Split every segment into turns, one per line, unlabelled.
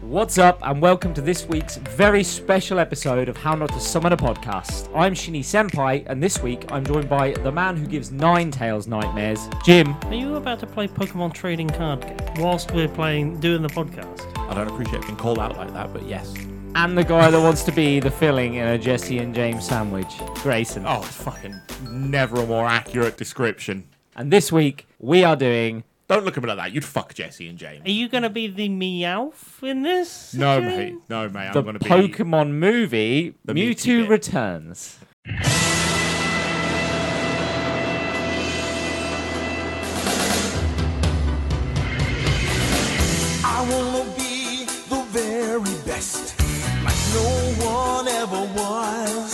What's up, and welcome to this week's very special episode of How Not to Summon a Podcast. I'm Shinny Senpai, and this week I'm joined by the man who gives Nine Tails nightmares, Jim.
Are you about to play Pokemon trading card game whilst we're playing doing the podcast?
I don't appreciate being called out like that, but yes.
and the guy that wants to be the filling in a Jesse and James sandwich, Grayson.
Oh, it's fucking never a more accurate description.
And this week we are doing.
Don't look at me like that. You'd fuck Jesse and
Are
James.
you going to be the Meowth in this?
No,
Jane?
mate. No, mate.
The
I'm going to be.
Pokemon movie
The
Mewtwo
Mewtwo bit.
Returns.
I wanna be the very best, like no one ever was.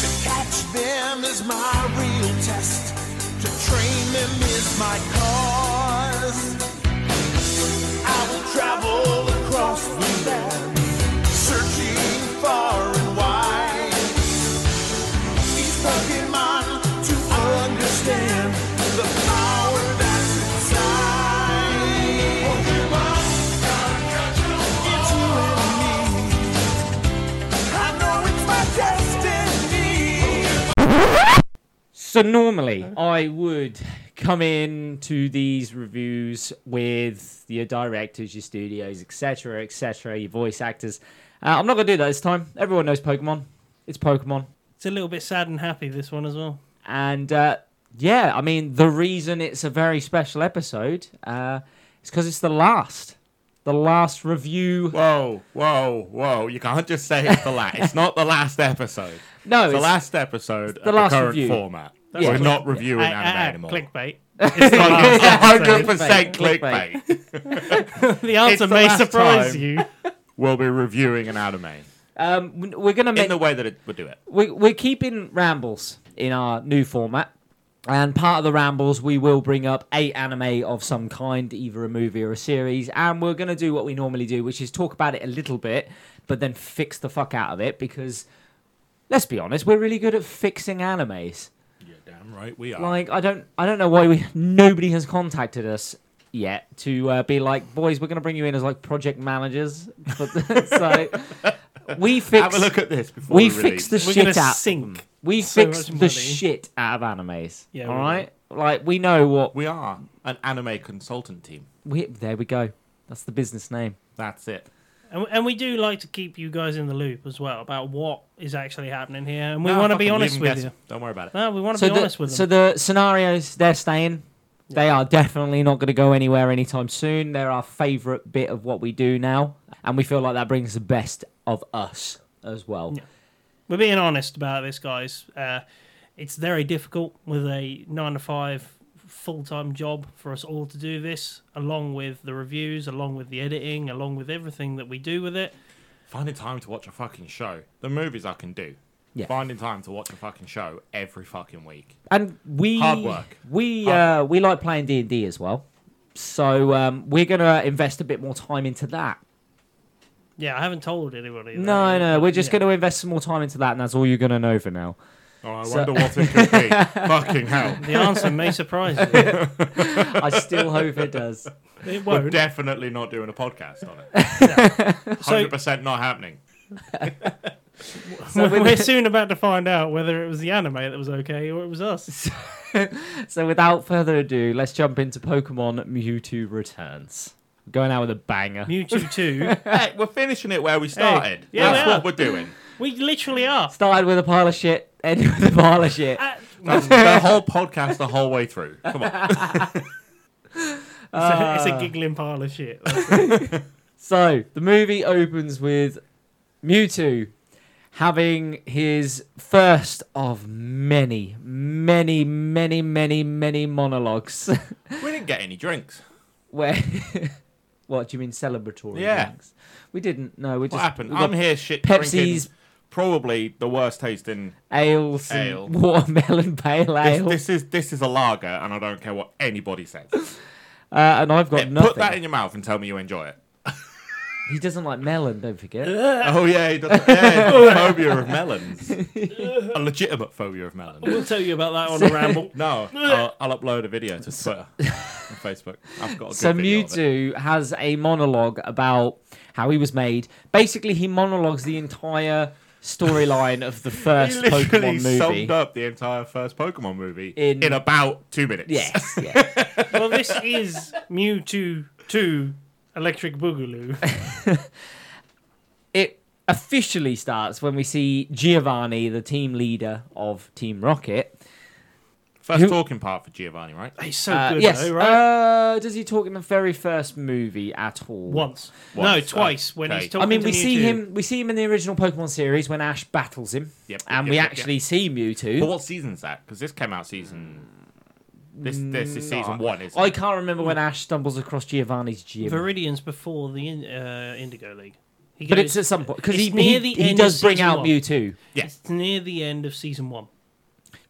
To catch them is my real test, to train them is my cause. I will travel across the land, searching far and wide. These Pokemon to understand the power that's inside. Pokemon, it's you and me. I know it's my destiny.
So normally I would come in to these reviews with your directors, your studios, etc., etc., your voice actors. Uh, I'm not gonna do that this time. Everyone knows Pokemon. It's Pokemon,
It's a little bit sad and happy, this one as well.
and uh, yeah, I mean the reason it's a very special episode uh, is because it's the last, the last review.
Whoa, whoa, whoa. You can't just say it's the last. it's not the last episode.
No,
It's the
it's-
last episode of
last
the current
review.
format.
That's
We're
click-
not reviewing
Ah,
anime
ah, ah,
anymore.
clickbait. It's the, last
It's
episode.
100%
Clickbait.
clickbait.
the answer
the
may
last
surprise
time.
you.
we'll be reviewing an anime
Um, we're gonna make
in the way that it would do it.
we, we're keeping rambles in our new format and part of the rambles we will bring up a anime of some kind either a movie or a series and we're going to do what we normally do which is talk about it a little bit but then fix the fuck out of it because let's be honest we're really good at fixing animes
Yeah, damn right we are.
like i don't i don't know why we nobody has contacted us yet to uh, be like boys we're going to bring you in as like project managers but, so we fix
Have a look at this before
we
we
fix
release.
the
We're going
shit
to
out
sink.
we
so
fix
much
the
money.
shit out of animes.
Yeah,
all
we
right. Like we know what
We are an anime consultant team.
we. There we go. That's the business name.
That's it.
And, and we do like to keep you guys in the loop as well about what is actually happening here. And we
No,
want to
fucking
be
leave
honest
them
with
guessing.
you.
Don't worry about it.
No, we want to
So
be
the,
honest with
so
them.
the scenarios they're staying. They are definitely not going to go anywhere anytime soon. They're our favourite bit of what we do now, and we feel like that brings the best of us as well.
Yeah. We're being honest about this, guys. Uh, it's very difficult with a nine to five full time job for us all to do this, along with the reviews, along with the editing, along with everything that we do with it.
Finding time to watch a fucking show. The movies I can do.
Yeah.
Finding time to watch a fucking show every fucking week.
And we
Hard work.
We
Hard
uh, we like playing D and D as well, so um, we're going to invest a bit more time into that.
Yeah, I haven't told anybody. that.
No, no, we're just
Yeah.
going to invest some more time into that, and that's all you're going to know for now.
Oh, I
So-
wonder what it could be. fucking hell.
The answer may surprise you.
I still hope it does.
It
We're
won't.
definitely not doing a podcast on it.
So-
100% not happening.
So
we're,
with-
we're soon about to find out whether it was the anime that was okay or it was us.
So without further ado, let's jump into Pokemon Mewtwo Returns. Going out with a banger.
Mewtwo 2.
Hey, we're finishing it where we started.
yeah,
That's
we are.
what we're doing.
We literally are.
Started with a pile of shit, ended with a pile of shit.
Uh,
That's Um, the whole podcast the whole way through. Come on.
it's, a,
Ah.
it's a giggling pile of shit.
So the movie opens with Mewtwo having his first of many, many, many, many, many monologues.
We didn't get any drinks.
Where, what do you mean celebratory?
Yeah.
drinks? we didn't. No, we just
What happened?
we got
I'm here shit
Pepsi's-
drinking probably the worst tasting.
ales, and
Ale.
watermelon pale
This,
ale,
this is this is a lager, and I don't care what anybody says.
Uh, and I've got
Yeah,
nothing.
Put that in your mouth and tell me you enjoy it.
He doesn't like melon, don't forget.
Oh yeah, he does. Yeah, he's got a phobia of melons. a legitimate phobia of melons.
We'll tell you about that on a ramble.
No, I'll, I'll upload a video to Twitter. Facebook. I've got a good
So
video of it.
Mewtwo has a monologue about how he was made. Basically, he monologues the entire storyline of the
He
first
literally
Pokemon
summed
movie.
up the entire first Pokemon movie
In-
in, about two minutes.
Yes, yeah.
well, this is Mewtwo 2 Electric Boogaloo.
it officially starts when we see Giovanni, the team leader of Team Rocket.
First
Who-
talking part for Giovanni, right?
He's so
Uh,
good,
yes.
though, right?
Uh, does he talk in the very first movie at all?
Once. No,
Once,
twice when
okay.
he's
I
talking
I mean,
to
we see
Mewtwo.
him. We see him in the original Pokemon series when Ash battles him,
Yep, yep,
and
yep,
we
yep, yep.
actually see Mewtwo.
But what season's that? Because this came out season. This this is season one, isn't
Mm, I
it?
can't remember when Ash stumbles across Giovanni's gym,
Viridian's before the in, uh, Indigo League. He
but
goes-
it's at some point because
it's
he, he,
near the
he
end
does
of
bring
season
out
one.
Mewtwo.
Yes.
It's near the end of season one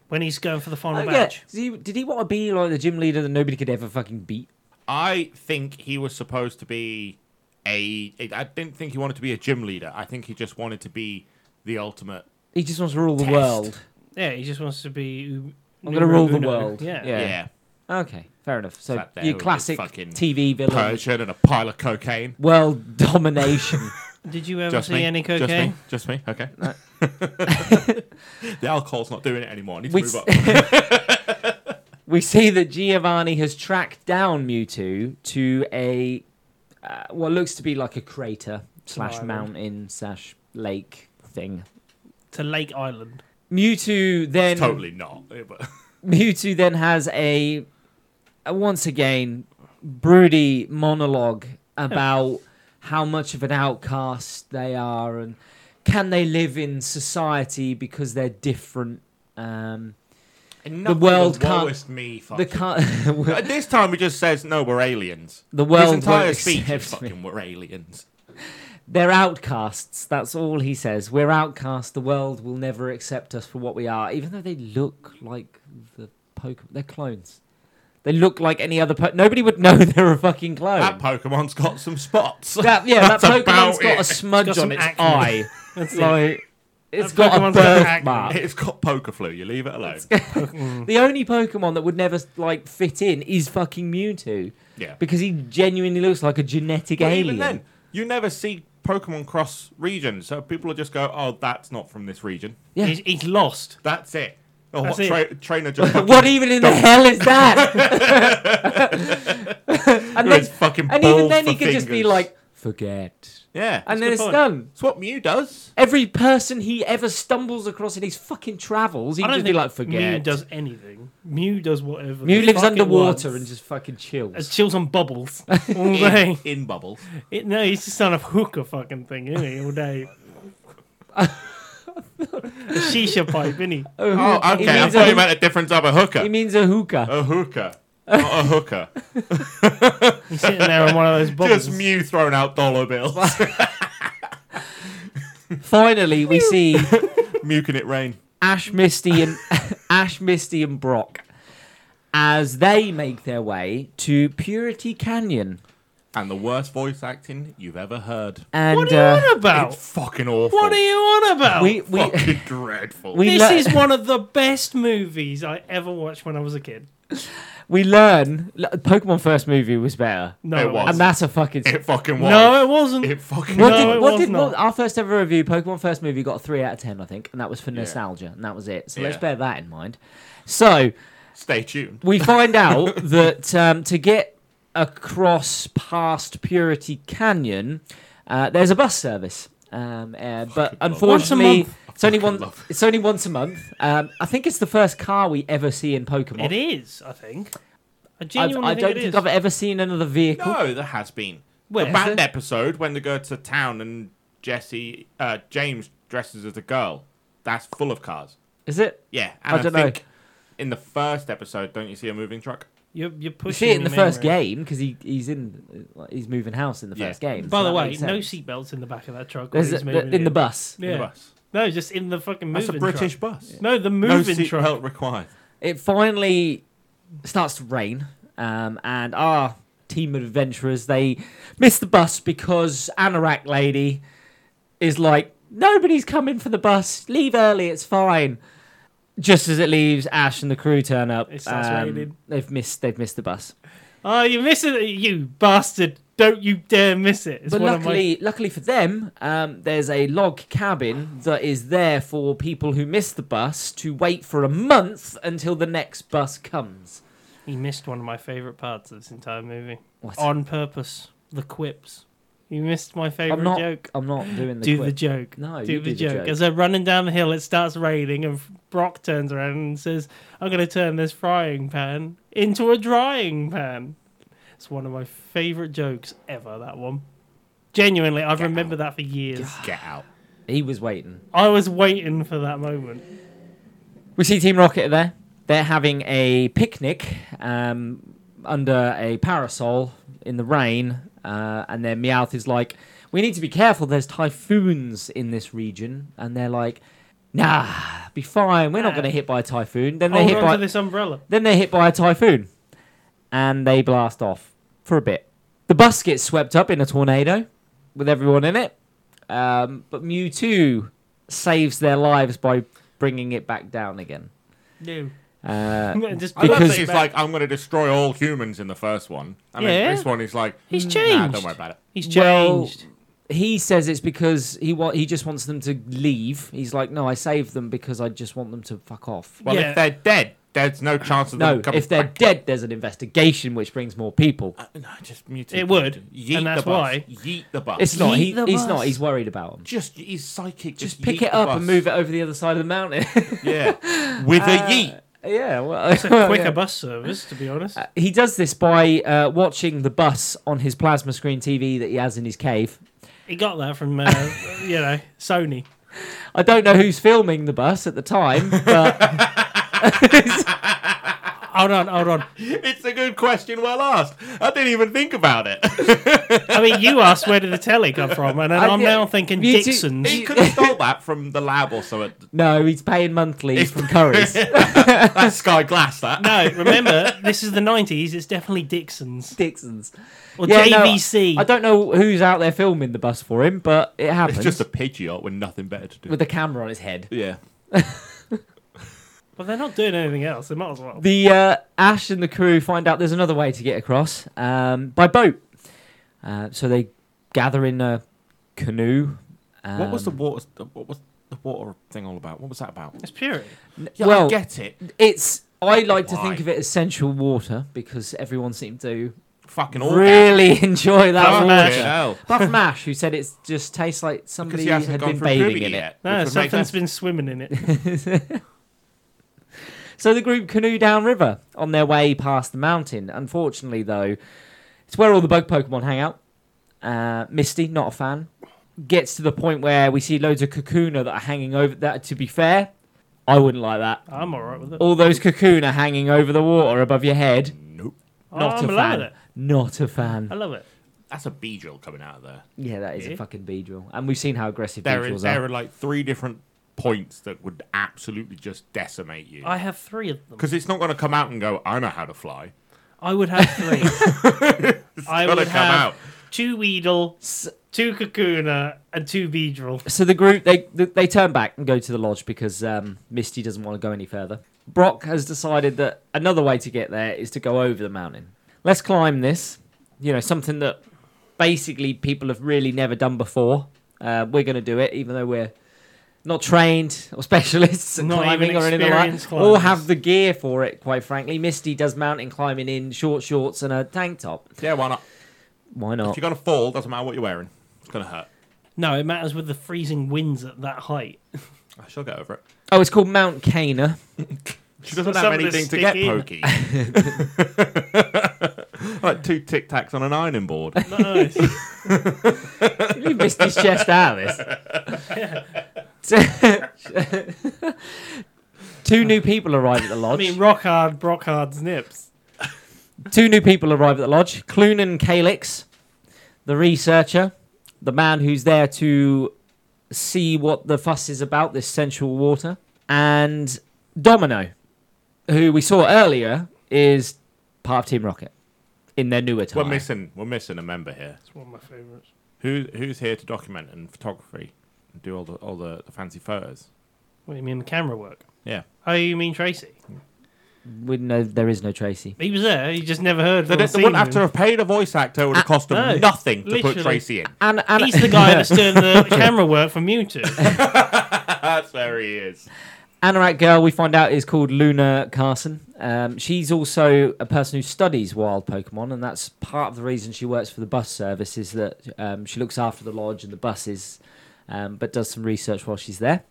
when he's going for the final
Oh, yeah.
badge.
Did he, did he want to be like the gym leader that nobody could ever fucking beat?
I think he was supposed to be a. I didn't think he wanted to be a gym leader. I think he just wanted to be the ultimate.
He just wants to rule the
Test.
world.
Yeah, he just wants to be. u-
I'm gonna
numero
rule the
uno.
world.
Yeah.
Yeah.
Yeah.
Okay, fair enough. So
Sat there
your
with his
classic
fucking
TV villain,
Persian and a pile of cocaine.
world domination.
Did you ever
Just
see
me.
any
Just me.
cocaine?
Just me. Okay. the alcohol's not doing it anymore. I need to
We
move up.
we see that Giovanni has tracked down Mewtwo to a uh, what looks to be like a crater slash
island.
mountain slash lake thing.
To Lake Island.
Mewtwo then
Totally not. Yeah, but-
Mewtwo then has a, a once again broody monologue about how much of an outcast they are and can they live in society because they're different. Um,
Enough of
world
the
can't-
lowest me.
the
fucking-
can
At this time, he just says, "No, we're aliens."
the
His
world
entire
won't
speech is
accept me.
fucking "We're aliens."
They're outcasts. That's all he says. We're outcasts. The world will never accept us for what we are, even though they look like the Pokemon. They're clones. They look like any other. Po- Nobody would know they're a fucking clone.
That Pokemon's got some spots.
That- yeah, that
That's
Pokemon's
about
got a
it.
smudge
It's got
on
some
its
acne.
eye.
That's it.
like it's
That
got a
Pokemon's got acne.
birthmark.
It's got poker flu. You leave it alone.
The only Pokemon that would never like fit in is fucking Mewtwo
Yeah.
because he genuinely looks like a genetic
But
alien.
even then, you never see Pokemon cross regions, so people will just go, "Oh, that's not from this region."
Yeah.
He's, he's lost.
That's it. Oh,
That's
what tra- trainer just fucking,
What even in the hell is that? and then,
his fucking
and
balls
even then,
for
he could just be
fingers.
like, forget.
"Yeah,"
And then
that's a good
it's
point.
done.
It's what Mew does.
Every person he ever stumbles across in his fucking travels, he'd
I don't
just be
think
like,
Mew
forget.
does anything. Mew does whatever.
Mew
the
lives
fuck it wants.
underwater and just fucking
It
chills.
chills on bubbles all day.
In bubbles.
It- no, he's just on a hooker fucking thing, isn't he? All day. a shisha pipe, isn't he?
Oh, okay.
He
I
means
thought
a,
you meant a different type of hooker.
he means a hookah.
a hooker, not a hooker.
He's sitting there on one of those bubbles.
Just Mew throwing out dollar bills.
Finally, we see
Mew can it rain?
Ash, Misty, and Ash, Misty, and Brock as they make their way to Purity Canyon.
And the worst voice acting you've ever heard.
And
what are you Oh,
uh,
on about?
It's fucking awful.
What are you on about?
we we
fucking dreadful.
we
this
le-
is one of the best movies I ever watched when I was a kid.
we learn l- Pokemon first movie was better,
No,
It
it
was.
was.
and that's a fucking.
it fucking was.
No, it wasn't.
It fucking
what
No,
was.
did,
it
what
was
did
not.
our first ever review? Pokemon first movie got a three out of ten, I think, and that was for nostalgia, and that was it. So let's
Yeah.
bear that in mind. So
Stay tuned.
we find out that um, to get across past Purity Canyon, uh, there's a bus service. Um, uh, but
love it.
unfortunately,
Once a
it's only
fucking
one.
love
It's only once a month. Um, I think it's the first car we ever see in Pokemon.
It is, I think. I
I've-
genuinely
I
think
don't
it
think
is.
I've ever seen another vehicle.
No, there has been.
Where?
the band episode when they go to town and Jesse, uh, James dresses as a girl. That's full of cars.
Is it?
Yeah, and
I
I,
don't know.
think in the first episode, don't you see a moving truck?
You're, you're
You
pushing
see it in the
your
first
memory.
game because he, he's in uh, he's moving house in the
Yeah.
first game.
By
so
the
that
way,
makes
no
sense.
seatbelts in the back of that truck. when
There's a-
he's moving
in the
in.
bus.
Yeah.
In the bus.
No, just in the fucking moving
That's a British
truck.
bus.
No, the
No
moving truck.
seatbelt required.
It finally starts to rain, um, and our team of adventurers they miss the bus because Anorak lady is like, nobody's coming for the bus. Leave early, it's fine. Just as it leaves, Ash and the crew turn up. um,
It starts raining.
They've missed. They've missed the bus.
Oh, you're missing it, you bastard. Don't you dare miss it. It's
But
one
luckily, luckily for them, um, there's a log cabin that is there for people who miss the bus to wait for a month until the next bus comes.
of my. You missed one of my favourite parts of this entire movie.
What?
On purpose. The quips. You missed my favourite
I'm not.
joke.
I'm not doing the.
do the
quick.
joke.
No,
do
you
the
do the
joke.
joke.
As they're running down the hill, it starts raining, and Brock turns around and says, "I'm going to turn this frying pan into a drying pan." It's one of my favourite jokes ever. That one. Genuinely, I've remembered that for years.
Get out.
He was waiting.
I was waiting for that moment.
We see Team Rocket there. They're having a picnic um, under a parasol in the rain, uh, and then Meowth is like, "We need to be careful. There's typhoons in this region," and they're like, "Nah, be fine. We're not
Nah.
going to hit by a typhoon." Then they
Hold
hit
on
by
to this umbrella.
Then they're hit by a typhoon and they blast off for a bit. The bus gets swept up in a tornado with everyone in it, um, but Mewtwo saves their lives by bringing it back down again.
No.
Uh,
Just
I love
Because-
that he's like, I'm going to destroy all humans in the first one. I mean,
Yeah.
this one is like,
He's
Nah,
changed.
don't worry about it.
he's
Well,
changed.
he says it's because he wa- he just wants them to leave. He's like, no, I saved them because I just want them to fuck off.
Well,
Yeah.
if they're dead, there's no chance of
No,
them coming
if they're
back.
dead, there's an investigation which brings more people.
Uh, no, just mute
It would,
Yeet
and that's
the bus.
why.
Yeet the bus.
It's not.
Yeet
He,
the
he's
bus.
not. He's worried about them.
just he's psychic.
Just pick it up and move Uh, it over the other side of the mountain.
Yeah, with a yeet.
yeah, well,
It's a quicker
yeah. Uh,
bus service, to be honest.
He does this by uh, watching the bus on his plasma screen TV that he has in his cave.
He got that from, uh, you know, Sony.
I don't know who's filming the bus at the time, but
Hold on, hold on.
It's a good question. Well asked. I didn't even think about it.
I mean, you asked where did the telly come from, and then
I-
I'm
yeah,
now thinking
you do-
Dixon's.
he could have stole that from the lab or something.
no, he's paying monthly from Curry's.
That's Sky Glass. That
No, remember, this is the 90s. It's definitely Dixon's
Dixon's.
or
no,
JVC.
I don't know who's out there filming the bus for him, but it happens.
it's just a pigeon with nothing better to do.
with a camera on his head.
yeah.
But they're not doing anything else. They might as well.
The uh, Ash and the crew find out there's another way to get across um, by boat. Uh, so they gather in a canoe. Um,
What was the water? What was the water thing all about? What was that about?
It's purity.
Yeah,
well,
I get it.
It's. I like to
Why?
think of it as sensual water because everyone seemed to
Fucking all
really enjoy that
Fucking
water.
hell.
Apart from Ash, who said it just tastes like
Because
somebody
he hasn't
had
gone
been
through puberty
bathing in it.
yet.
No,
which would make
something's
sense.
been swimming in it.
So the group canoe downriver on their way past the mountain. Unfortunately, though, it's where all the bug Pokemon hang out. Uh, Misty, not a fan, gets to the point where we see loads of Kakuna that are hanging over. That, to be fair, I wouldn't like that.
I'm all right with it.
All those Kakuna hanging over the water above your head.
Nope.
Not
I'm
Oh, a
allowed
fan.
it.
Not a
I
fan.
love it.
That's a bee drill coming out of there.
Yeah, that is
Yeah.
a fucking Beedrill. And we've seen how aggressive
There is
Beedrills
there
are.
are like three different points that would absolutely just decimate you.
I have three of them.
Because it's not going to come out and go, I know how to fly.
I would have three. I
gotta
would
come
have
out.
two Weedle, two Kakuna, and two Beedrill.
So the group they they turn back and go to the lodge because um, Misty doesn't want to go any further. Brock has decided that another way to get there is to go over the mountain. Let's climb this. You know, something that basically people have really never done before. Uh, we're going to do it, even though we're not trained or specialists in
Not
climbing
even
or anything like
experienced
that, or
climbers.
have the gear for it. Quite frankly, Misty does mountain climbing in short shorts and a tank top.
Yeah, why not?
Why
If
not?
you're going to fall, doesn't matter what you're wearing. It's going to hurt.
No, it matters with the freezing winds at that height.
I shall get over it.
Oh, it's called Mount Cana.
She doesn't
Got something
have
to
anything to
stick
get
in.
pokey. like two tic tacs on an ironing board.
Nice.
You missed his chest out of this. Two new people arrive at the
I
lodge.
mean, Rockhard, Brockhard's nips.
Two new people arrive at the lodge. Clunan Calix, the researcher, the man who's there to see what the fuss is about, this sensual water, and Domino, who we saw earlier is part of Team Rocket in their new attire.
We're missing we're missing a member here.
It's one of my favourites.
Who who's here to document and photography and do all the all the, the fancy photos?
What do you mean, the camera work?
Yeah.
Oh, you mean Tracy?
We know there is no Tracy.
He was there. He just never heard.
They,
or
didn't- they
seen
wouldn't have to
him.
have paid a voice actor. It would have cost them
no.
nothing to put
Literally.
Tracy in.
And, and
He's the guy that's doing the camera work for Mewtwo.
That's where he is.
Anorak girl, we find out, is called Luna Carson. Um, she's also a person who studies wild Pokemon, and that's part of the reason she works for the bus service is that um, she looks after the lodge and the buses, um, but does some research while she's there.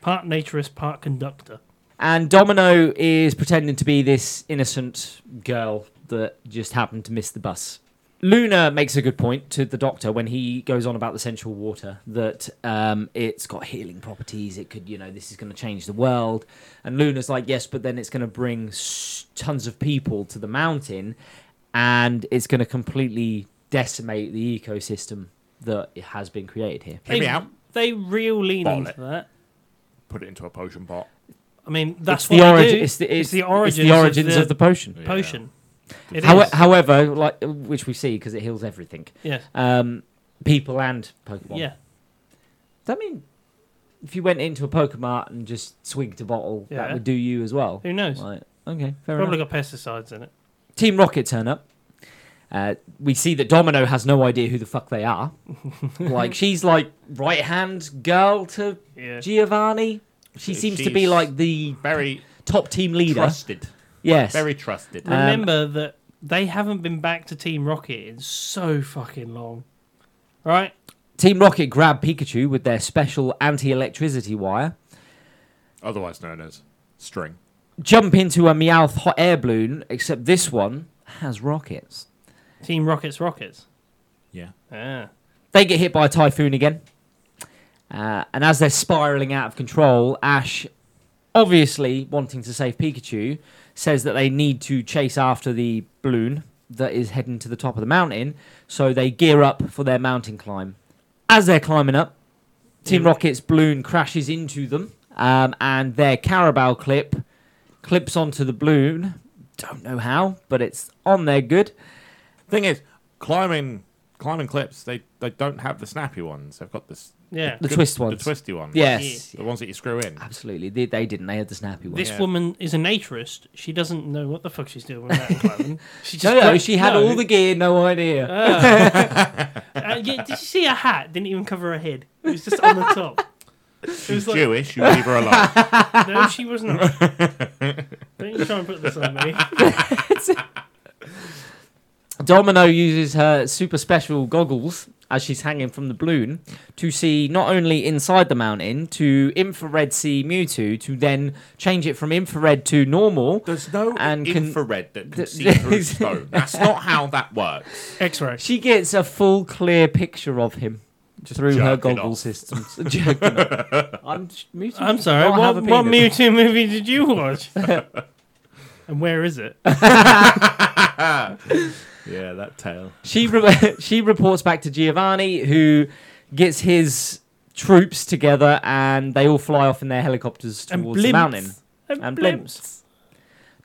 Part naturist, part conductor.
And Domino is pretending to be this innocent girl that just happened to miss the bus. Luna makes a good point to the doctor when he goes on about the sensual water that um, it's got healing properties. It could, you know, this is going to change the world. And Luna's like, yes, but then it's going to bring s- tons of people to the mountain and it's going to completely decimate the ecosystem that has been created here.
Hear me
They-
out.
They real lean
Bottle
into
it.
that.
Put it into a potion pot.
I mean, that's
It's
what
the
they
origin.
do.
It's the, it's,
the
it's
origins,
the origins of the potion.
potion. It
How,
is.
however, like which we see because it heals everything,
Yes.
um, people and Pokemon.
Yeah.
Does that mean if you went into a Pokemart and just swigged a bottle, that
Yeah.
would do you as well?
Who knows?
Right. Okay, fair
Probably
enough.
got pesticides in it.
Team Rocket turn up. Uh, we see that Domino has no idea who the fuck they are. like she's like right hand girl to
Yeah.
Giovanni. She seems to be
She's-
like the
Very
top team leader.
trusted.
yes.
Very trusted.
Uh.
Um,
Remember that they haven't been back to Team Rocket in so fucking long. Right?
Team Rocket grab Pikachu with their special anti-electricity wire.
Otherwise known as string.
jump into a Meowth hot air balloon, except this one has rockets.
Team Rocket's Rockets. Ah,
Yeah.
Yeah.
They get hit by a typhoon again. Uh, and as they're spiraling out of control, Ash, obviously wanting to save Pikachu, says that they need to chase after the balloon that is heading to the top of the mountain. So they gear up for their mountain climb. As they're climbing up, Team Rocket's balloon crashes into them, um, and their Carabao clip clips onto the balloon. Don't know how, but it's on there good.
Thing is, climbing climbing clips, they, they don't have the snappy ones. They've got this
Yeah.
The twist
the
ones.
twisty ones.
Yes.
The ones that you screw in.
Absolutely. They, they didn't. They had the snappy one.
This
Yeah.
woman is a naturist. She doesn't know what the fuck she's doing with that clothing. She
no,
just
no,
gra-
she had
No.
all the gear, no idea.
Uh, yeah, did you see her hat? Didn't even cover her head. It was just on the top. It was like,
Jewish, you leave her alone.
no, she was not. Don't you try and put this on me.
Domino uses her super special goggles as she's hanging from the balloon to see not only inside the mountain, to infrared see Mewtwo, to then change it from infrared to normal.
There's no
And can-
infrared that can
Th-
see through stone. That's not how that works.
X-ray.
She gets a full clear picture of him through her
jerking
goggle
off.
systems. Jerking off. I'm, Mewtwo
I'm sorry.
can't have
What,
a
what
penis.
Mewtwo movie did you watch? and where is it?
Yeah, that tail.
She re- she reports back to Giovanni, who gets his troops together, and they all fly off in their helicopters
And
towards the
blimps.
mountain.
And,
And
blimps.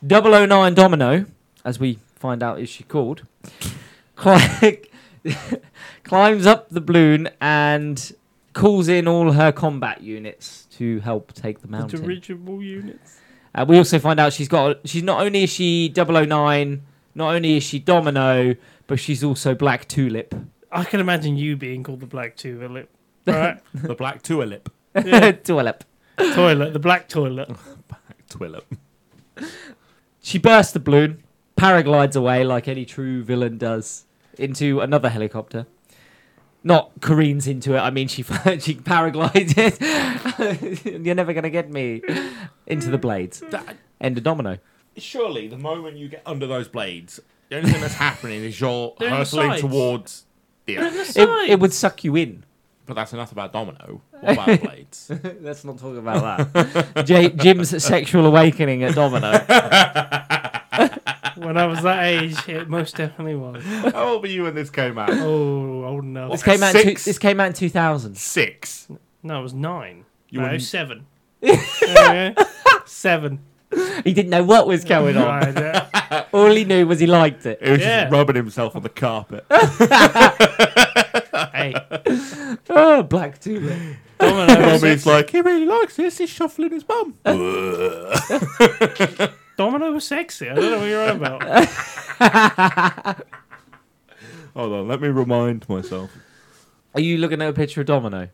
009 Domino, as we find out is she called, cli- climbs up the balloon and calls in all her combat units to help take the
The
mountain.
dirigible units.
Uh, we also find out she's got. She's not only is she 009, not only is she Domino, but she's also Black Tulip.
I can imagine you being called the black tulip. Right?
The black tulip.
Tulip.
toilet. The black toilet.
Twillip.
She bursts the balloon, paraglides away like any true villain does into another helicopter. Not careens into it. I mean, she she paraglides it. You're never gonna get me into the blades. End of domino.
Surely, the moment you get under those blades, the only thing that's happening is you're
They're in the
hurtling
sides.
towards the earth.
It,
Sides.
it would suck you in.
But that's enough about domino. What about blades?
Let's not talk about that. J- Jim's sexual awakening at domino.
When I was that age, it most definitely was.
How old were you when this came out?
Oh, old enough.
This came out. In two,
Six.
this came out in 2000.
Six.
No, it was nine.
You
no,
wouldn't-
seven. Okay. Seven.
He didn't know what was going on.
Right, yeah.
All he knew was he liked it.
It was
Yeah.
just rubbing himself on the carpet.
hey,
Oh, black tulip.
Domino.
Uh. Tommy's like, he really likes this. He's shuffling his bum.
Domino was sexy. I don't know what you're on about.
Hold on, let me remind myself.
Are you looking at a picture of Domino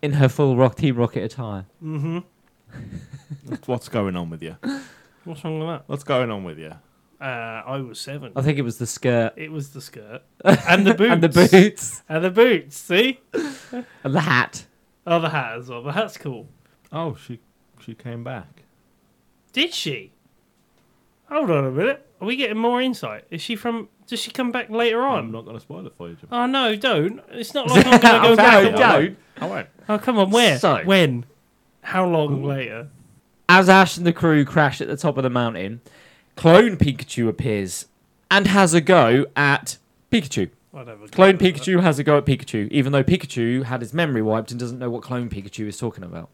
in her full rock Team Rocket attire?
What's going on with you?
What's wrong with
What's going on with you?
that? Uh, I was seven.
I think it was the skirt
It was the skirt and the boots
and the boots
and the boots. See,
and the hat.
oh, the hat as well. The hat's cool.
Oh, she she came back.
Did she? Hold on a minute. Are we getting more insight? Is she from? Does she come back later
I'm
on?
not going to spoil it for you. Jim.
Oh no, don't. It's not like I'm gonna go back.
No,
and watch.
don't.
I won't.
Oh come on, where?
So-
When? How long later?
As Ash and the crew crash at the top of the mountain, clone Pikachu appears and has a go at Pikachu.
I don't have a
Clone
clue.
Pikachu has a go at Pikachu, even though Pikachu had his memory wiped and doesn't know what clone Pikachu is talking about.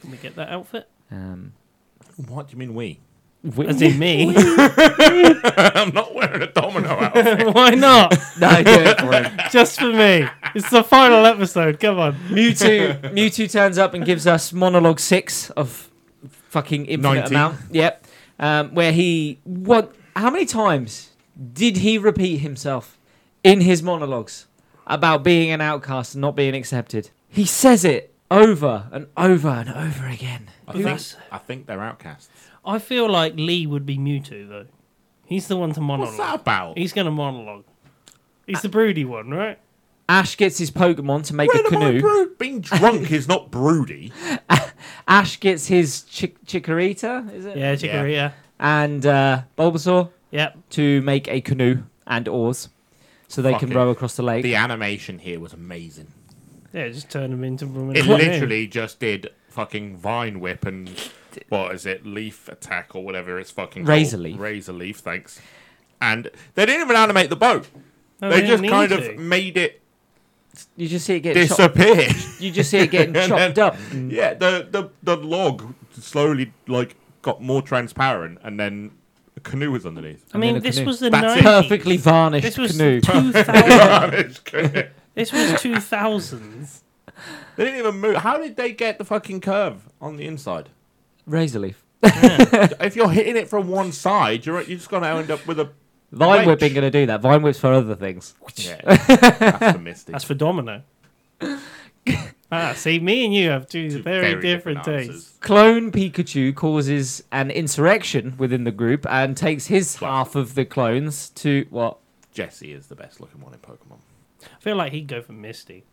Can we get that outfit?
Um,
What do you mean we?
wi-
As in me?
I'm not wearing a domino outfit.
Why not?
no, do it for him.
Just for me. It's the final episode. Come on.
Mewtwo, Mewtwo turns up and gives us monologue six of fucking infinite
90.
amount. Yep. Um, where he what? How many times did he repeat himself in his monologues about being an outcast and not being accepted? He says it over and over and over again.
I think,
That's-
I think they're outcasts.
I feel like Lee would be Mewtwo though. He's the one to
What's
monologue.
that about?
He's gonna monologue. He's the broody one, right?
Ash gets his Pokemon to make a
Where am I
canoe.
brood- Being drunk is not broody.
Ash gets his Chick- Chikorita, is it?
Yeah, Chikorita. Yeah.
And uh, Bulbasaur
Yep.
to make a canoe and oars, so they
Fuck
can
it.
row across the lake.
The animation here was amazing.
Yeah, just turn him into women.
It literally just did fucking vine whip and what is it, leaf attack or whatever it's fucking
Razor
called.
leaf.
Razor leaf, thanks. And they didn't even animate the boat.
No,
they
didn't
just
need
kind
to.
of made it
You just see it getting chopped.
disappear.
You just see it getting
And
chopped
then-
up.
yeah, the, the the log slowly like got more transparent, and then a canoe was underneath.
I
and then
mean,
a
this
canoe.
was the
That's it.
90s.
Perfectly varnished
This was
canoe.
2000.
they
this was 2000s.
didn't even move. How did they get the fucking curve on the inside?
Razor leaf.
If you're hitting it from one side, you're you're just gonna end up with a
Vine whip
Wedge.
ain't gonna do that. Vine whip's for other things.
yeah. That's a mistake.
That's for Domino. ah, see, me and you have two, very, different, tastes.
answers.
Clone Pikachu causes an insurrection within the group and takes his half of the clones to what?
Jesse is the best looking one in Pokemon.
I feel like he'd go for Misty.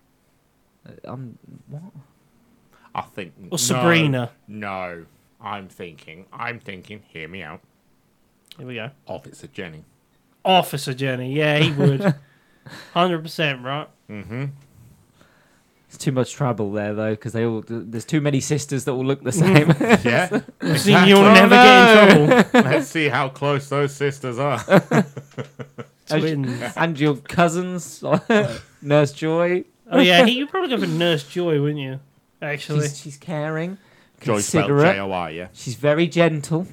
Um, what?
I think.
Or Sabrina.
No, I'm thinking. I'm thinking. Hear me out.
Here we go.
Officer Jenny.
Officer Jenny. Yeah, he would. 100%, right?
It's too much trouble there though, because they all there's too many sisters that all look the same.
Yeah.
See, you'll
Oh,
never
Exactly.
get in trouble.
Let's see how close those sisters are.
Twins.
and your cousins, Nurse Joy,
Oh, yeah, he, you'd probably go for Nurse Joy, wouldn't you? Actually.
she's, she's caring,
Joy spelled
considerate.
J O I. Yeah.
She's very gentle.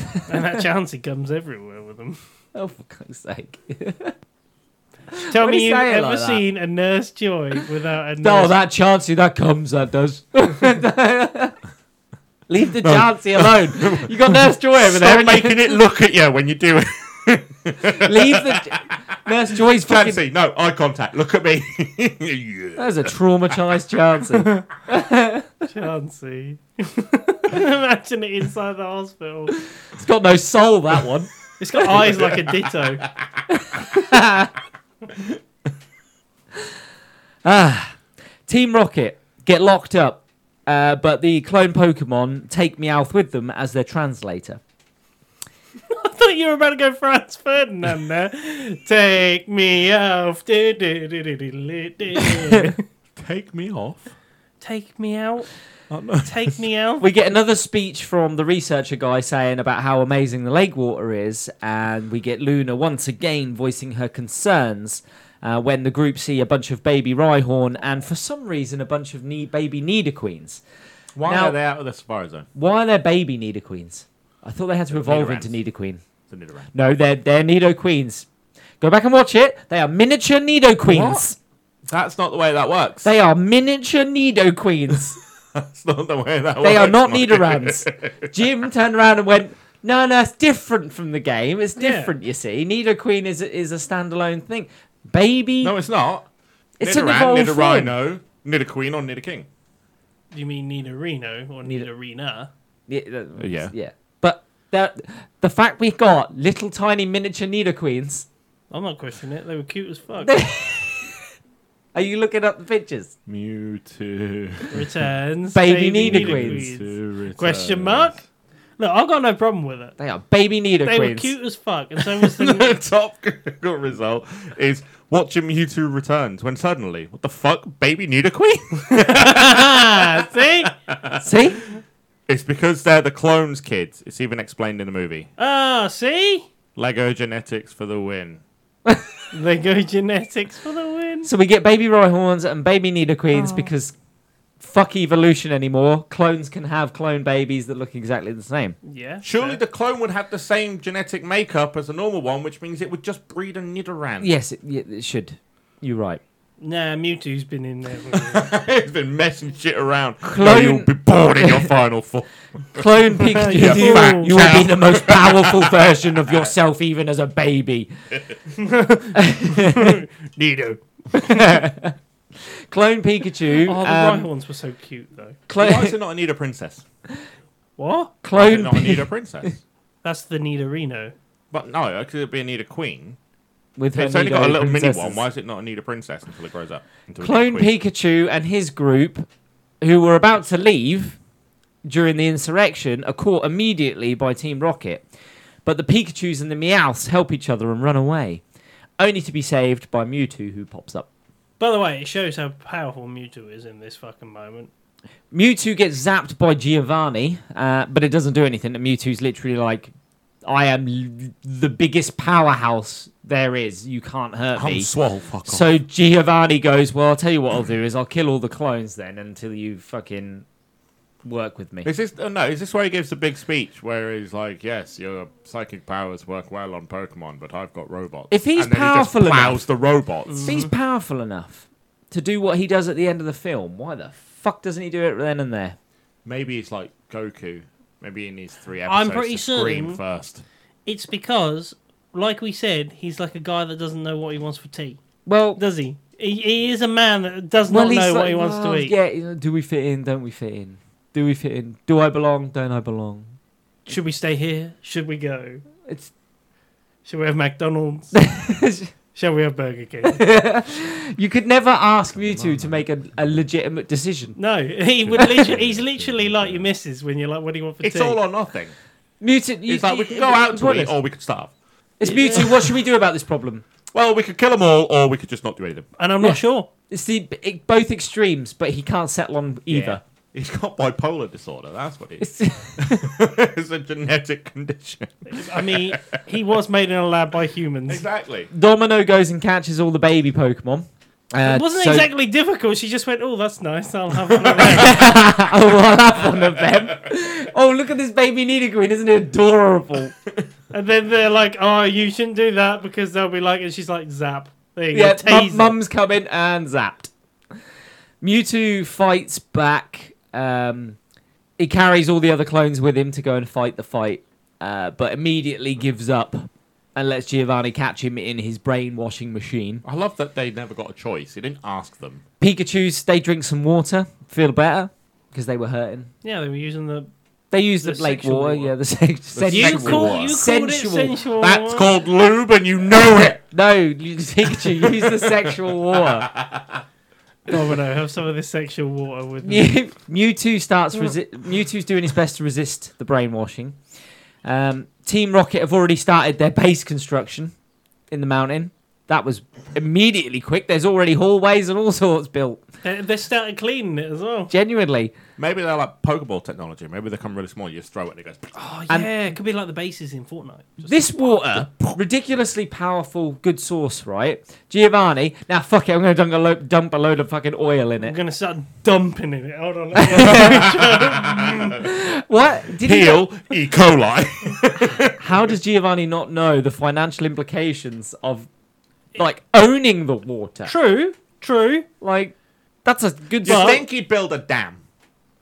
that Chansey comes everywhere with him.
Oh, for God's sake.
Tell
Why do
me
you
you've
say it
ever
like that?
seen a Nurse Joy without a nurse.
No, Oh, that Chansey, that comes, that does. Leave the Chansey alone. You got Nurse Joy over there.
Stop making it look at you when you do it.
Leave the Nurse Joy's fucking.
Fancy. No eye contact. Look at me. yeah.
That's a traumatized Chansey.
Chansey. Imagine it inside the hospital.
It's got no soul. That one.
It's got eyes like a ditto.
Team Rocket get locked up, uh, but the clone Pokemon take Meowth with them as their translator.
I thought you were about to go Franz Ferdinand there. Take me off. Do, do, do, do, do, do.
Take me off.
Take me out.
Oh, no.
Take me out.
We get another speech from the researcher guy saying about how amazing the lake water is, and we get Luna once again voicing her concerns uh, when the group see a bunch of baby Rhyhorn and for some reason a bunch of nee- baby Nidoqueens.
Why
Now-
are they out of the Safari Zone?
Why are there baby Nidoqueens? I thought they had to evolve into
Nidorans.
Nidoqueen.
It's a Nidoran.
No, they're they're Nidoqueens. Go back and watch it. They are miniature Nidoqueens.
What? That's not the way that works.
They are miniature Nidoqueens.
That's not the way that works.
They are not
Mike.
Nidorans. Jim turned around and went, No, no, it's different from the game. It's
Yeah.
different, you see. Nido Queen is is a standalone thing. Baby,
No, it's not.
it's an
Nidoran,
evolved thing.
Nidorino, Nidoqueen, or Nidoking.
Do you mean Nina Reno or Nina Rena?
Yeah, that-
Yeah.
yeah. But that the fact we got little tiny miniature Nido Queens.
I'm not questioning it. They were cute as fuck.
Are you looking up the pictures?
Mewtwo.
Returns.
Baby Nina
Nina
Queens.
Question mark? Look, I've got no problem with it.
They are baby Nido
They were
Queens.
cute as fuck, and so was the.
The top Google result is watching Mewtwo returns when suddenly, what the fuck, baby Nidoqueen?
ah, see?
See?
it's because they're the clones' kids. It's even explained in the movie.
Ah, see?
Lego genetics for the win.
They go genetics for the win.
So we get baby Roy Horns and baby Nido Queens because fuck evolution anymore. Clones can have clone babies that look exactly the same.
Yeah.
Surely
fair.
the clone would have the same genetic makeup as a normal one, which means it would just breed a Nidoran.
Yes, it, yeah, it should. You're right.
Nah, Mewtwo's been in there.
it's been messing shit around.
Clone-
Clone... You'll be bored in your final form.
Clone Pikachu,
You
you,
fat
you will
cow.
be the most powerful version of yourself, even as a baby.
Nido.
Clone Pikachu.
Oh, the
um,
Rhyhorns were so cute, though.
Why
clone,
is it not a Nido princess?
What?
Why is it
clone,
not a
Pi-
Nido princess?
That's the Nina Reno.
But no, it could be a Nido queen.
with her
It's only got a
Nido
little
princesses.
mini one. Why is it not a Nido princess until it grows up? into a
Clone
Nido queen?
Pikachu and his group, who were about to leave during the insurrection, are caught immediately by Team Rocket. But the Pikachu's and the Meowths help each other and run away, only to be saved by Mewtwo, who pops up.
By the way, it shows how powerful Mewtwo is in this fucking moment.
Mewtwo gets zapped by Giovanni, uh, but it doesn't do anything. And Mewtwo's literally like, I am l- the biggest powerhouse there is. You can't hurt me.
swole, fuck
So Giovanni goes, Well, I'll tell you what I'll do is I'll kill all the clones then until you fucking work with me.
Is this uh, no? Is this where he gives the big speech where he's like, "Yes, your psychic powers work well on Pokemon, but I've got robots."
If he's
and then
powerful
he just
enough-
plows the robots.
If he's powerful enough to do what he does at the end of the film, why the fuck doesn't he do it then and there?
Maybe he's like Goku. Maybe he needs three
I'm
episodes
pretty
to scream
certain-
first.
It's because, like we said, he's like a guy that doesn't know what he wants for tea.
Well,
Does he? He, he is a man that does
well,
not
he's
know what
like,
he wants
"Well,
to eat.
Yeah, you know, do we fit in? Don't we fit in? Do we fit in? Do I belong? Don't I belong?
Should we stay here? Should we go?
It's
Should we have McDonald's? Shall we have Burger King?
you could never ask Mewtwo to make a, a legitimate decision.
No, he would. Literally, he's literally like your missus when you're like, "What do you want for
It's
tea?"
all or nothing.
Mewtwo, you,
It's like we
you-
can go out to
what
eat,
is-
or we could starve.
It's Mewtwo. What should we do about this problem?
Well, we could kill them all, or we could just not do anything.
and I'm not sure.
It's the it, both extremes, but he can't settle on either.
Yeah. He's got bipolar disorder. That's what it is.
It's-
it's a genetic condition.
I mean, he was made in a lab by humans.
Exactly.
Domino goes and catches all the baby Pokemon. Uh,
It wasn't
so-
exactly difficult. She just went, "Oh, that's nice. I'll have one." of those."
oh, well, that's one of them. Oh, look at this baby Nidoqueen. Isn't it adorable?
and then they're like, "Oh, you shouldn't do that because they'll be like," and she's like, "Zap." There you
yeah,
go.
mum-
Taser.
mum's coming and zapped. Mewtwo fights back. Um, he carries all the other clones with him to go and fight the fight, uh, but immediately gives up and lets Giovanni catch him in his brainwashing machine.
I love that they never got a choice. He didn't ask them.
Pikachu's, they drink some water, feel better, because they were hurting.
Yeah, they were using the.
They used the,
The
lake
sexual
water,
water.
yeah, the, sex,
The
sensual
You
sexual
water.
call you
water.
called it
Sensual.
sensual.
That's called lube, and you know it.
No, you- Pikachu, use the sexual water.
Domino. Oh, Have some of this sexual water with me.
Mew, Mewtwo starts resi- Mewtwo's doing his best to resist the brainwashing. Um, Team Rocket have already started their base construction in the mountain. That was immediately quick. There's already hallways and all sorts built.
they, they started cleaning it as well.
Genuinely,
Maybe they're like Pokeball technology. Maybe they come really small. You just throw it and it goes.
Oh yeah,
And-
it could be like the bases in Fortnite. Just-
this water, ridiculously powerful, good source, right? Giovanni, now fuck it, I'm gonna dunk a, lo- dump a load of fucking oil in
I'm
it.
gonna start dumping in it. Hold on. let me-
What? Did he
Heal E. coli.
How does Giovanni not know the financial implications of like owning the water?
true, true.
Like that's a good
you
start.
think he'd build a dam?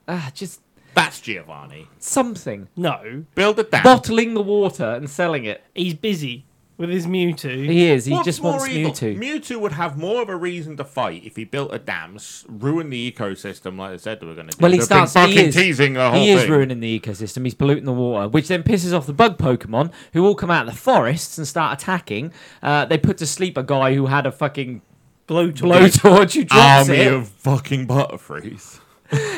Ah, just
That's Giovanni.
Something.
No,
Build it down.
Bottling the water and selling it.
he's busy with his Mewtwo.
He is. He
What's
just
more
wants
evil?
Mewtwo.
Mewtwo would have more of a reason to fight if he built a dam, s- ruined the ecosystem like they said they were going to do.
Well, he
They've
starts.
been
He
fucking
is,
teasing the whole
he is
thing.
ruining the ecosystem. He's polluting the water, which then pisses off the bug Pokemon, who all come out of the forests and start attacking. Uh, they put to sleep a guy who had a fucking
Blowtorch.
blowtorch who drops
Army
it.
of fucking butterfrees.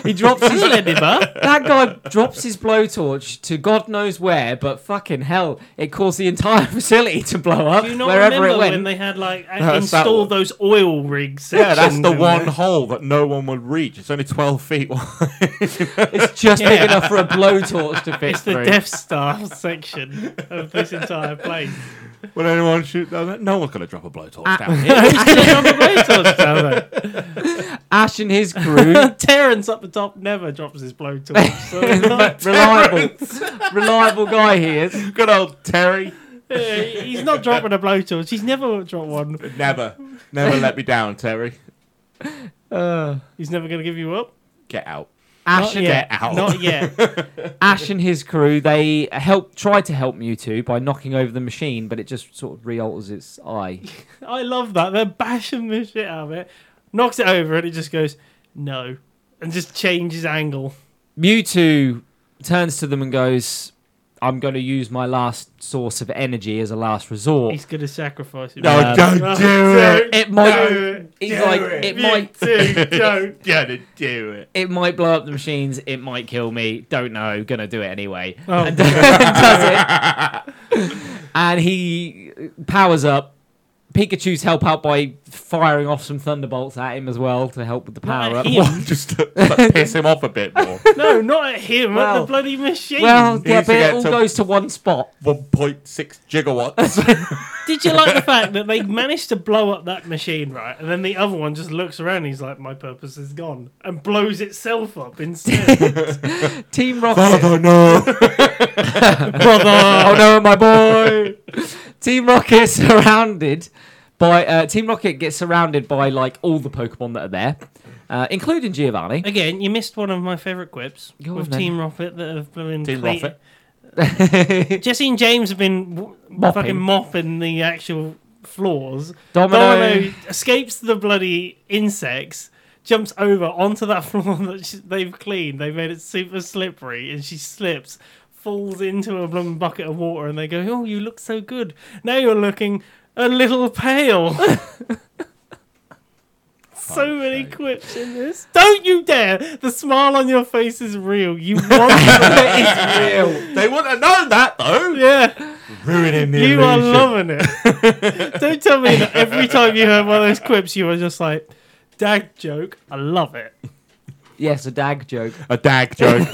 He drops his
Ladybug.
that guy drops his blowtorch to God knows where, but fucking hell, it caused the entire facility to blow up
Do you not
wherever
remember
it went.
when they had like
that
install
one.
those oil rigs?
Yeah, that's the one hole that no one would reach. It's only twelve feet wide.
It's just
Yeah.
big enough for a blowtorch to fit
It's the
through.
Death Star section of this entire place.
Would anyone shoot down that? No one's going to drop a blowtorch down here.
Terrence
Ash and his crew,
up the top never drops his blowtorch. So it's not-
reliable, reliable guy he is.
Good old Terry.
yeah, he's not dropping a blowtorch. He's never dropped one.
Never, never let me down, Terry.
He's never going to give you up.
Get out.
Ash
Not
and,
yet.
out.
Not yet.
Ash and his crew, they help tried to help Mewtwo by knocking over the machine, but it just sort of realters its eye.
I love that. They're bashing the shit out of it. Knocks it over and it just goes, no. And just changes angle.
Mewtwo turns to them and goes, "I'm going to use my last source of energy as a last resort."
He's going to sacrifice it.
No,
Um,
don't do it.
it might.
No,
he's
do
like,
it.
it
You
might.
too, don't.
Gonna do it.
It might blow up the machines. It might kill me. Don't know. Gonna do it anyway.
Oh.
And does it. And he powers up. Pikachu's help out by firing off some thunderbolts at him as well to help with the power up.
at him.
What? Just to like, piss him off a bit more.
No, not at him, at
Well-
the bloody machine.
Well,
He
yeah,
needs to
but it
get
all
to-
goes to one spot.
One point six gigawatts.
Did you like the fact that they managed to blow up that machine, right? And then the other one just looks around and he's like, my purpose is gone. And blows itself up instead.
Team Rocket.
no.
brother. oh no, my boy. Team Rocket surrounded by uh, Team Rocket gets surrounded by like all the Pokemon that are there, uh, including Giovanni.
Again, you missed one of my favourite quips
Go on
with
then.
Team Rocket that have been...
Team
cle-
Rocket.
Jesse and James have been w-
Mopping.
fucking mopping the actual floors.
Domino.
Domino escapes the bloody insects, jumps over onto that floor that she, they've cleaned. They made it super slippery, and she slips, falls into a blooming bucket of water, and they go, "Oh, you look so good. Now you're looking a little pale." So many quips in this. Don't you dare! The smile on your face is real. You want
They wouldn't have known that though.
yeah.
Ruining the
You are loving it. Don't tell me that every time you heard one of those quips, you were just like, "Dag joke, I love it."
yes, a dag joke.
a dag joke.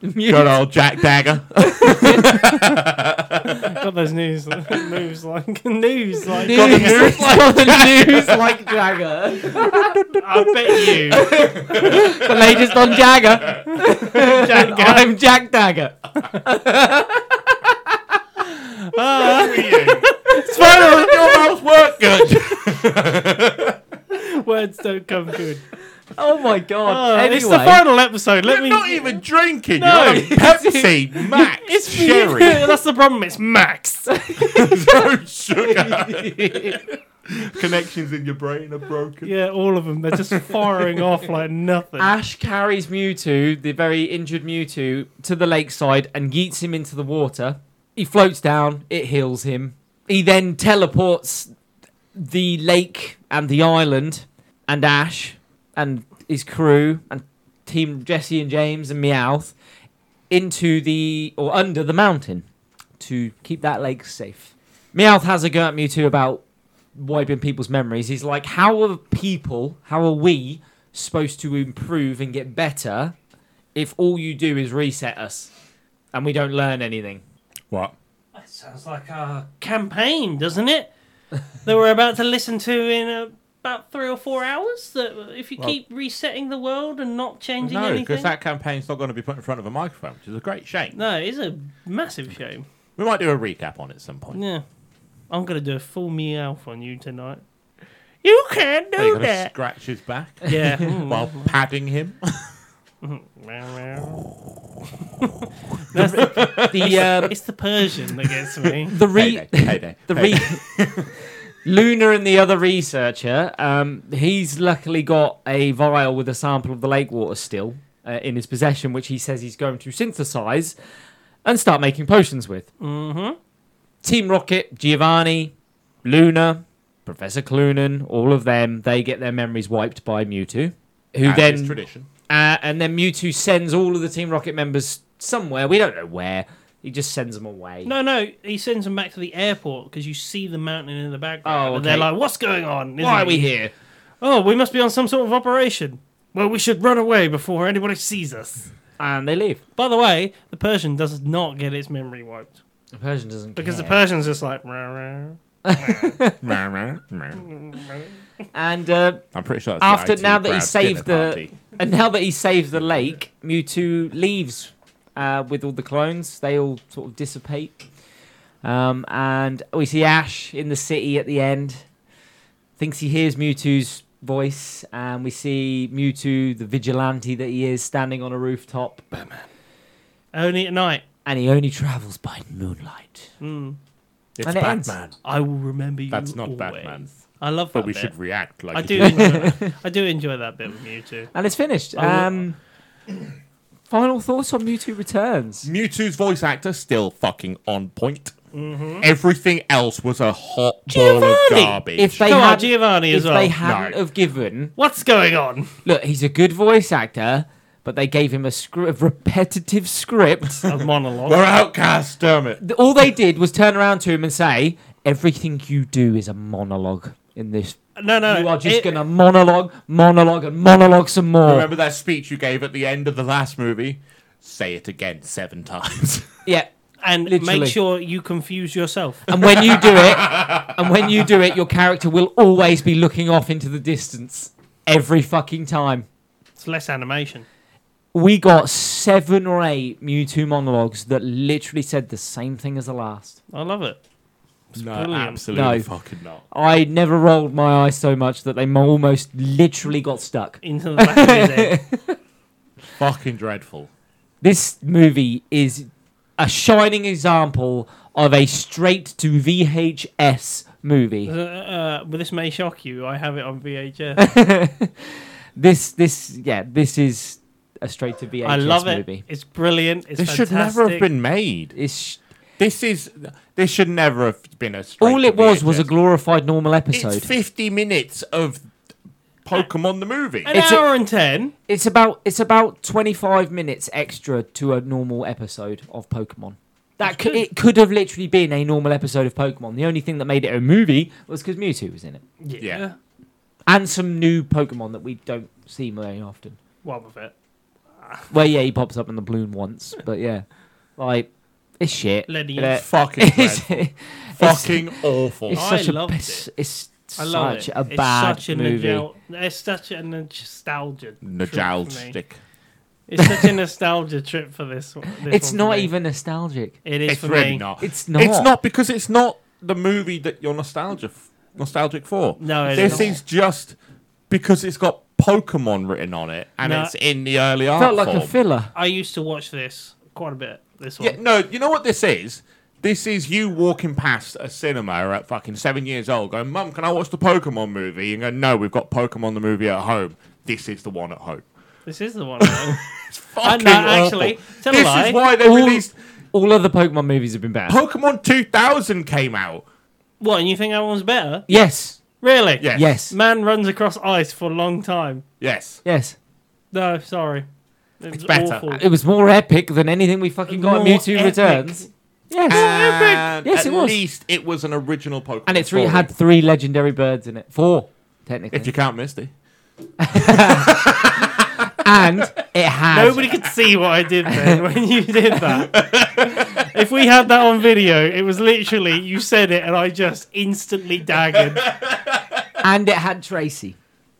Good old Jack Dagger.
Got those news moves like news like.
News, on the news like Jagger.
I bet you.
The latest on Jagger.
Jack,
I'm Jack Dagger.
Spider, your mouth work good.
words don't come good.
Oh my god.
Uh,
anyway,
It's the final episode. Let
You're
me.
not even drinking.
No.
You're on a Pepsi Max
it's
Sherry.
That's the problem. It's Max.
no sugar. Connections in your brain are broken.
yeah, all of them. They're just firing off like nothing.
Ash carries Mewtwo, the very injured Mewtwo, to the lakeside and yeets him into the water. He floats down, it heals him. He then teleports the lake and the island and Ash and his crew and team Jesse and James and Meowth into the or under the mountain to keep that lake safe. Meowth has a go at Mewtwo about wiping people's memories. He's like, how are people, how are we supposed to improve and get better if all you do is reset us and we don't learn anything?
What?
That sounds like a campaign, doesn't it? that we're about to listen to in uh, about three or four hours. That if you
Well-
keep resetting the world and not changing
No,
anything,
because that campaign's not going to be put in front of a microphone, which is a great shame.
no, it's a massive shame.
We might do a recap on it at some point.
Yeah, I'm gonna do a full meowth on you tonight. You can't
Are you
do
going to
that.
scratch his back
Yeah,
while padding him?
That's the,
The uh,
it's the Persian that gets me.
the re
Heyday, heyday,
the
heyday.
re- Luna and the other researcher, um, he's luckily got a vial with a sample of the lake water still uh, in his possession, which he says he's going to synthesize and start making potions with. Mm-hmm. Team Rocket, Giovanni, Luna, Professor Clunan, all of them, they get their memories wiped by Mewtwo, who
As is
then
tradition.
uh, and then Mewtwo sends all of the Team Rocket members somewhere. We don't know where. He just sends them away.
No, no, he sends them back to the airport because you see the mountain in the background.
Oh,
and they're
okay.
like, "What's going on?
Why are
Isn't
we
it?"
here?
Oh, we must be on some sort of operation. Well, we should run away before anybody sees us."
And they leave.
By the way, the Persian does not get its memory wiped
The Persian doesn't
because
care.
the Persian's just like, "Rah, rah."
and uh,
I'm pretty sure. That's the
after
IT
now that he
crowd's
saved
dinner
the
party.
and now that he saved the lake, Mewtwo leaves uh, with all the clones. They all sort of dissipate, um, and we see Ash in the city at the end. Thinks he hears Mewtwo's voice, and we see Mewtwo, the vigilante that he is, standing on a rooftop,
"Only at night."
and he only travels by moonlight.
It's
and it ends.
Batman.
I will remember you.
That's not
always.
Batman.
I love that.
But we
bit.
should react like
I
it
do.
is.
enjoy that. I do enjoy that bit with Mewtwo.
And it's finished.
I will-
Um, final thoughts on Mewtwo Returns.
Mewtwo's voice actor still fucking on point. Mm-hmm. Everything else was a hot ball of
Giovanni!
garbage.
If they
Come on,
had,
Giovanni
if
as well.
they hadn't
No.
have given
What's going on?
Look, he's a good voice actor, but they gave him a script, of repetitive script.
A monologue.
We're outcast, damn it.
All they did was turn around to him and say, "Everything you do is a monologue in this.
No, no.
You are just
Uh, it-
gonna monologue, monologue, and monologue some more."
Remember that speech you gave at the end of the last movie? Say it again seven times.
Yeah.
and
Literally.
make sure you confuse yourself.
And when you do it, and when you do it, your character will always be looking off into the distance every fucking time.
It's less animation.
We got seven or eight Mewtwo monologues that literally said the same thing as the last.
I love it.
no,
brilliant.
absolutely
No.
fucking not.
I never rolled my eyes so much that they mo- almost literally got stuck.
Into the back of his head.
Fucking dreadful.
This movie is a shining example of a straight to VHS
Uh,
movie.
uh, but this may shock you. I have it on VHS.
This, this, yeah, this is a straight to VHS
I love it.
movie.
It's brilliant. It's
This
fantastic.
should never have been made.
It's sh-
This is. This should never have been a. straight
all
to
it was was a
VHS.
glorified normal episode.
It's
It's,
fifty minutes of Pokemon the movie.
an
It's a-
hour and ten.
about it's about twenty five minutes extra to a normal episode of Pokemon. That
That's
could,
good.
it could have literally been a normal episode of Pokemon. The only thing that made it a movie was because Mewtwo was in it.
Yeah.
Yeah.
and some new Pokemon that we don't see very often.
What of it?
Well, yeah, he pops up in the balloon once, but yeah, like it's shit.
Lenny.
Uh,
fucking
it's,
dreadful.
it's,
fucking awful.
it's
I
such a
loved
piss- it's
I love
such
it.
a
it's
bad
such a
movie.
Nostal- it's such a nostalgia. trip for me.
Nostalgic.
It's such a nostalgia trip for this. one- this
it's
one for
not
me.
even nostalgic.
It is
It's
for
really
me.
not.
It's not.
It's not because it's not the movie that you're nostalgic nostalgic for.
No, it
this
is.
is just because it's got Pokemon written on it and
No.
it's in the early
It
art
felt like
form.
a filler.
I used to watch this quite a bit. This one.
Yeah, no, you know what this is? This is you walking past a cinema at fucking seven years old, going, "Mum, can I watch the Pokemon movie?" And go, "No, we've got Pokemon the movie at home. This is the one at home."
This is the one. I
It's
Uh,
fucking
no, actually,
awful.
tell a
this
lie.
is why they
All,
released
all other Pokemon movies have been bad.
Pokemon 2000 came out.
What, and you think that one's better?
yes,
Really?
Yes.
yes,
Man runs across ice for a long time.
Yes.
yes.
No, sorry. It was
better.
awful.
It was more epic than anything we fucking got in
More
Mewtwo
epic.
Returns. Yes,
And
Yes,
at
it was.
least it was an original Pokemon.
and it three,
story.
had three legendary birds in it. Four, technically.
If you count Misty.
and it had
Nobody could see what I did then when you did that. if we had that on video, it was literally you said it and I just instantly daggered.
and it had Tracy.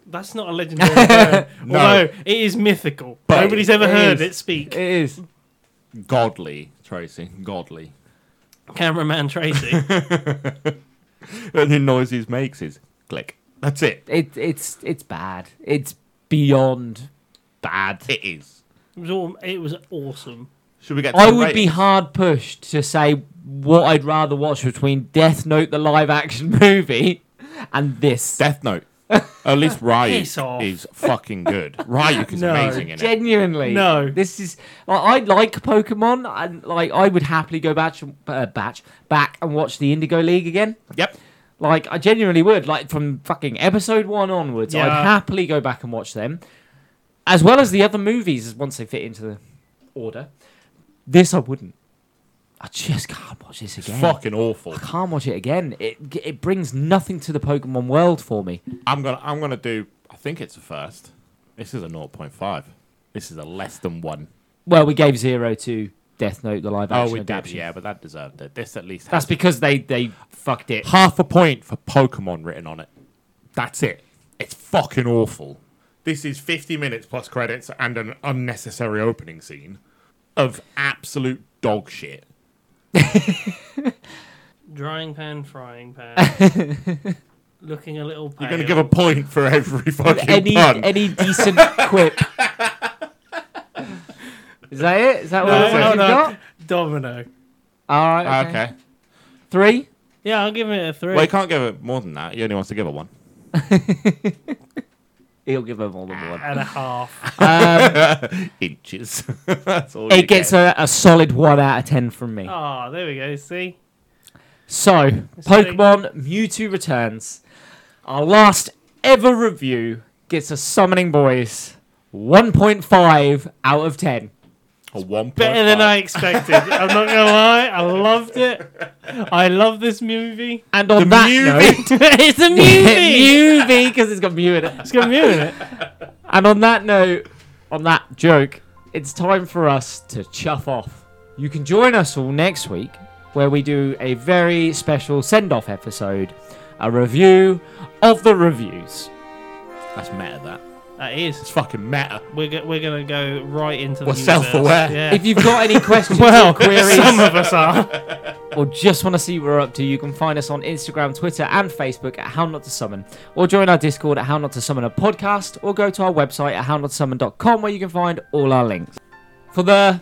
That's not a legendary bird.
No.
Although it is mythical.
But
Nobody's
it
ever heard
is.
it speak.
It is.
Godly, Tracy. Godly.
Cameraman Tracy.
And the noise he makes is click. That's it.
It it's it's bad. It's beyond bad.
It is.
It was all. It was awesome.
Should we get? To
I
the
would be
ratings?
hard pushed to say what I'd rather watch between Death Note, the live action movie, and this.
Death Note. At least Ryu
Piss off.
is fucking good. Ryu is
No.
amazing in it.
Genuinely,
No.
This is like, I like Pokemon, and like I would happily go batch, uh, batch back and watch the Indigo League again.
Yep.
Like I genuinely would. Like from fucking episode one onwards,
Yeah.
I'd happily go back and watch them, as well as the other movies once they fit into the order. This I wouldn't. I just can't watch this
It's
again.
fucking awful.
I can't watch it again. It it brings nothing to the Pokemon world for me.
I'm gonna I'm gonna do I think it's a first. This is a 0.5. This is a less than one.
Well, we gave zero to Death Note, the live action
Oh, we did.
adaptation.
Yeah, but that deserved it. This at least
That's
has
because they they fucked it.
half a point for Pokemon written on it. That's it. It's fucking awful. This is 50 minutes plus credits and an unnecessary opening scene of absolute dog shit.
Drying pan, frying pan. Looking a little. Pale.
You're gonna give a point for every fucking
Any
pun.
any decent quip. Is that it? Is that all
No,
what
no,
you've
no.
got?
Domino.
All right.
okay.
Okay. Three.
Yeah, I'll give it a three.
Well, you can't give it more than that. He only wants to give it one.
He'll give her more than one.
and a half.
Inches. That's all. you
It gets
get.
a, a solid one out of ten from me.
Ah, there we go. See,
So,
see.
Pokemon Mewtwo Returns, our last ever review, gets a Summoning Boys 1.5 out of 10.
a one.
better than I expected. I'm not gonna lie. I loved it. I love this movie.
And on
The
that
Mewtwo-
note,
it's a movie.
Mewtwo, because it's got Mew in it.
it's got Mew in it.
And on that note, on that joke, it's time for us to chuff off. You can join us all next week where we do a very special send off episode, a review of the reviews.
That's meta. That.
That is.
It's fucking meta.
We're go- we're gonna go right into.
We're
the
self-aware.
universe. Yeah.
If you've got any questions or
well,
queries,
some of us are.
or just want to see what we're up to, you can find us on Instagram, Twitter, and Facebook at How Not to Summon, or join our Discord at How Not to Summon a podcast, or go to our website at hownotosummon.com where you can find all our links. For the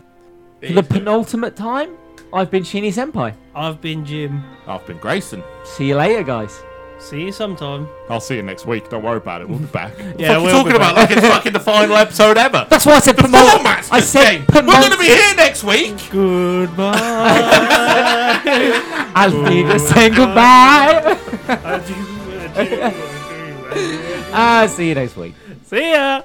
for the penultimate time, I've been Shinny Senpai.
I've been Jim.
I've been Grayson.
See you later, guys.
See you sometime.
I'll see you next week. Don't worry about it. We'll be back.
Yeah,
Fuck you
we'll
talking
be
about like it's fucking the final episode ever.
That's why I said
The
penultimate.
format's
I
the
said
same. We're gonna be
penultimate.
here next week.
Goodbye.
I'll need to say goodbye.
Adieu, adieu, adieu.
Ah, see you next week.
See ya.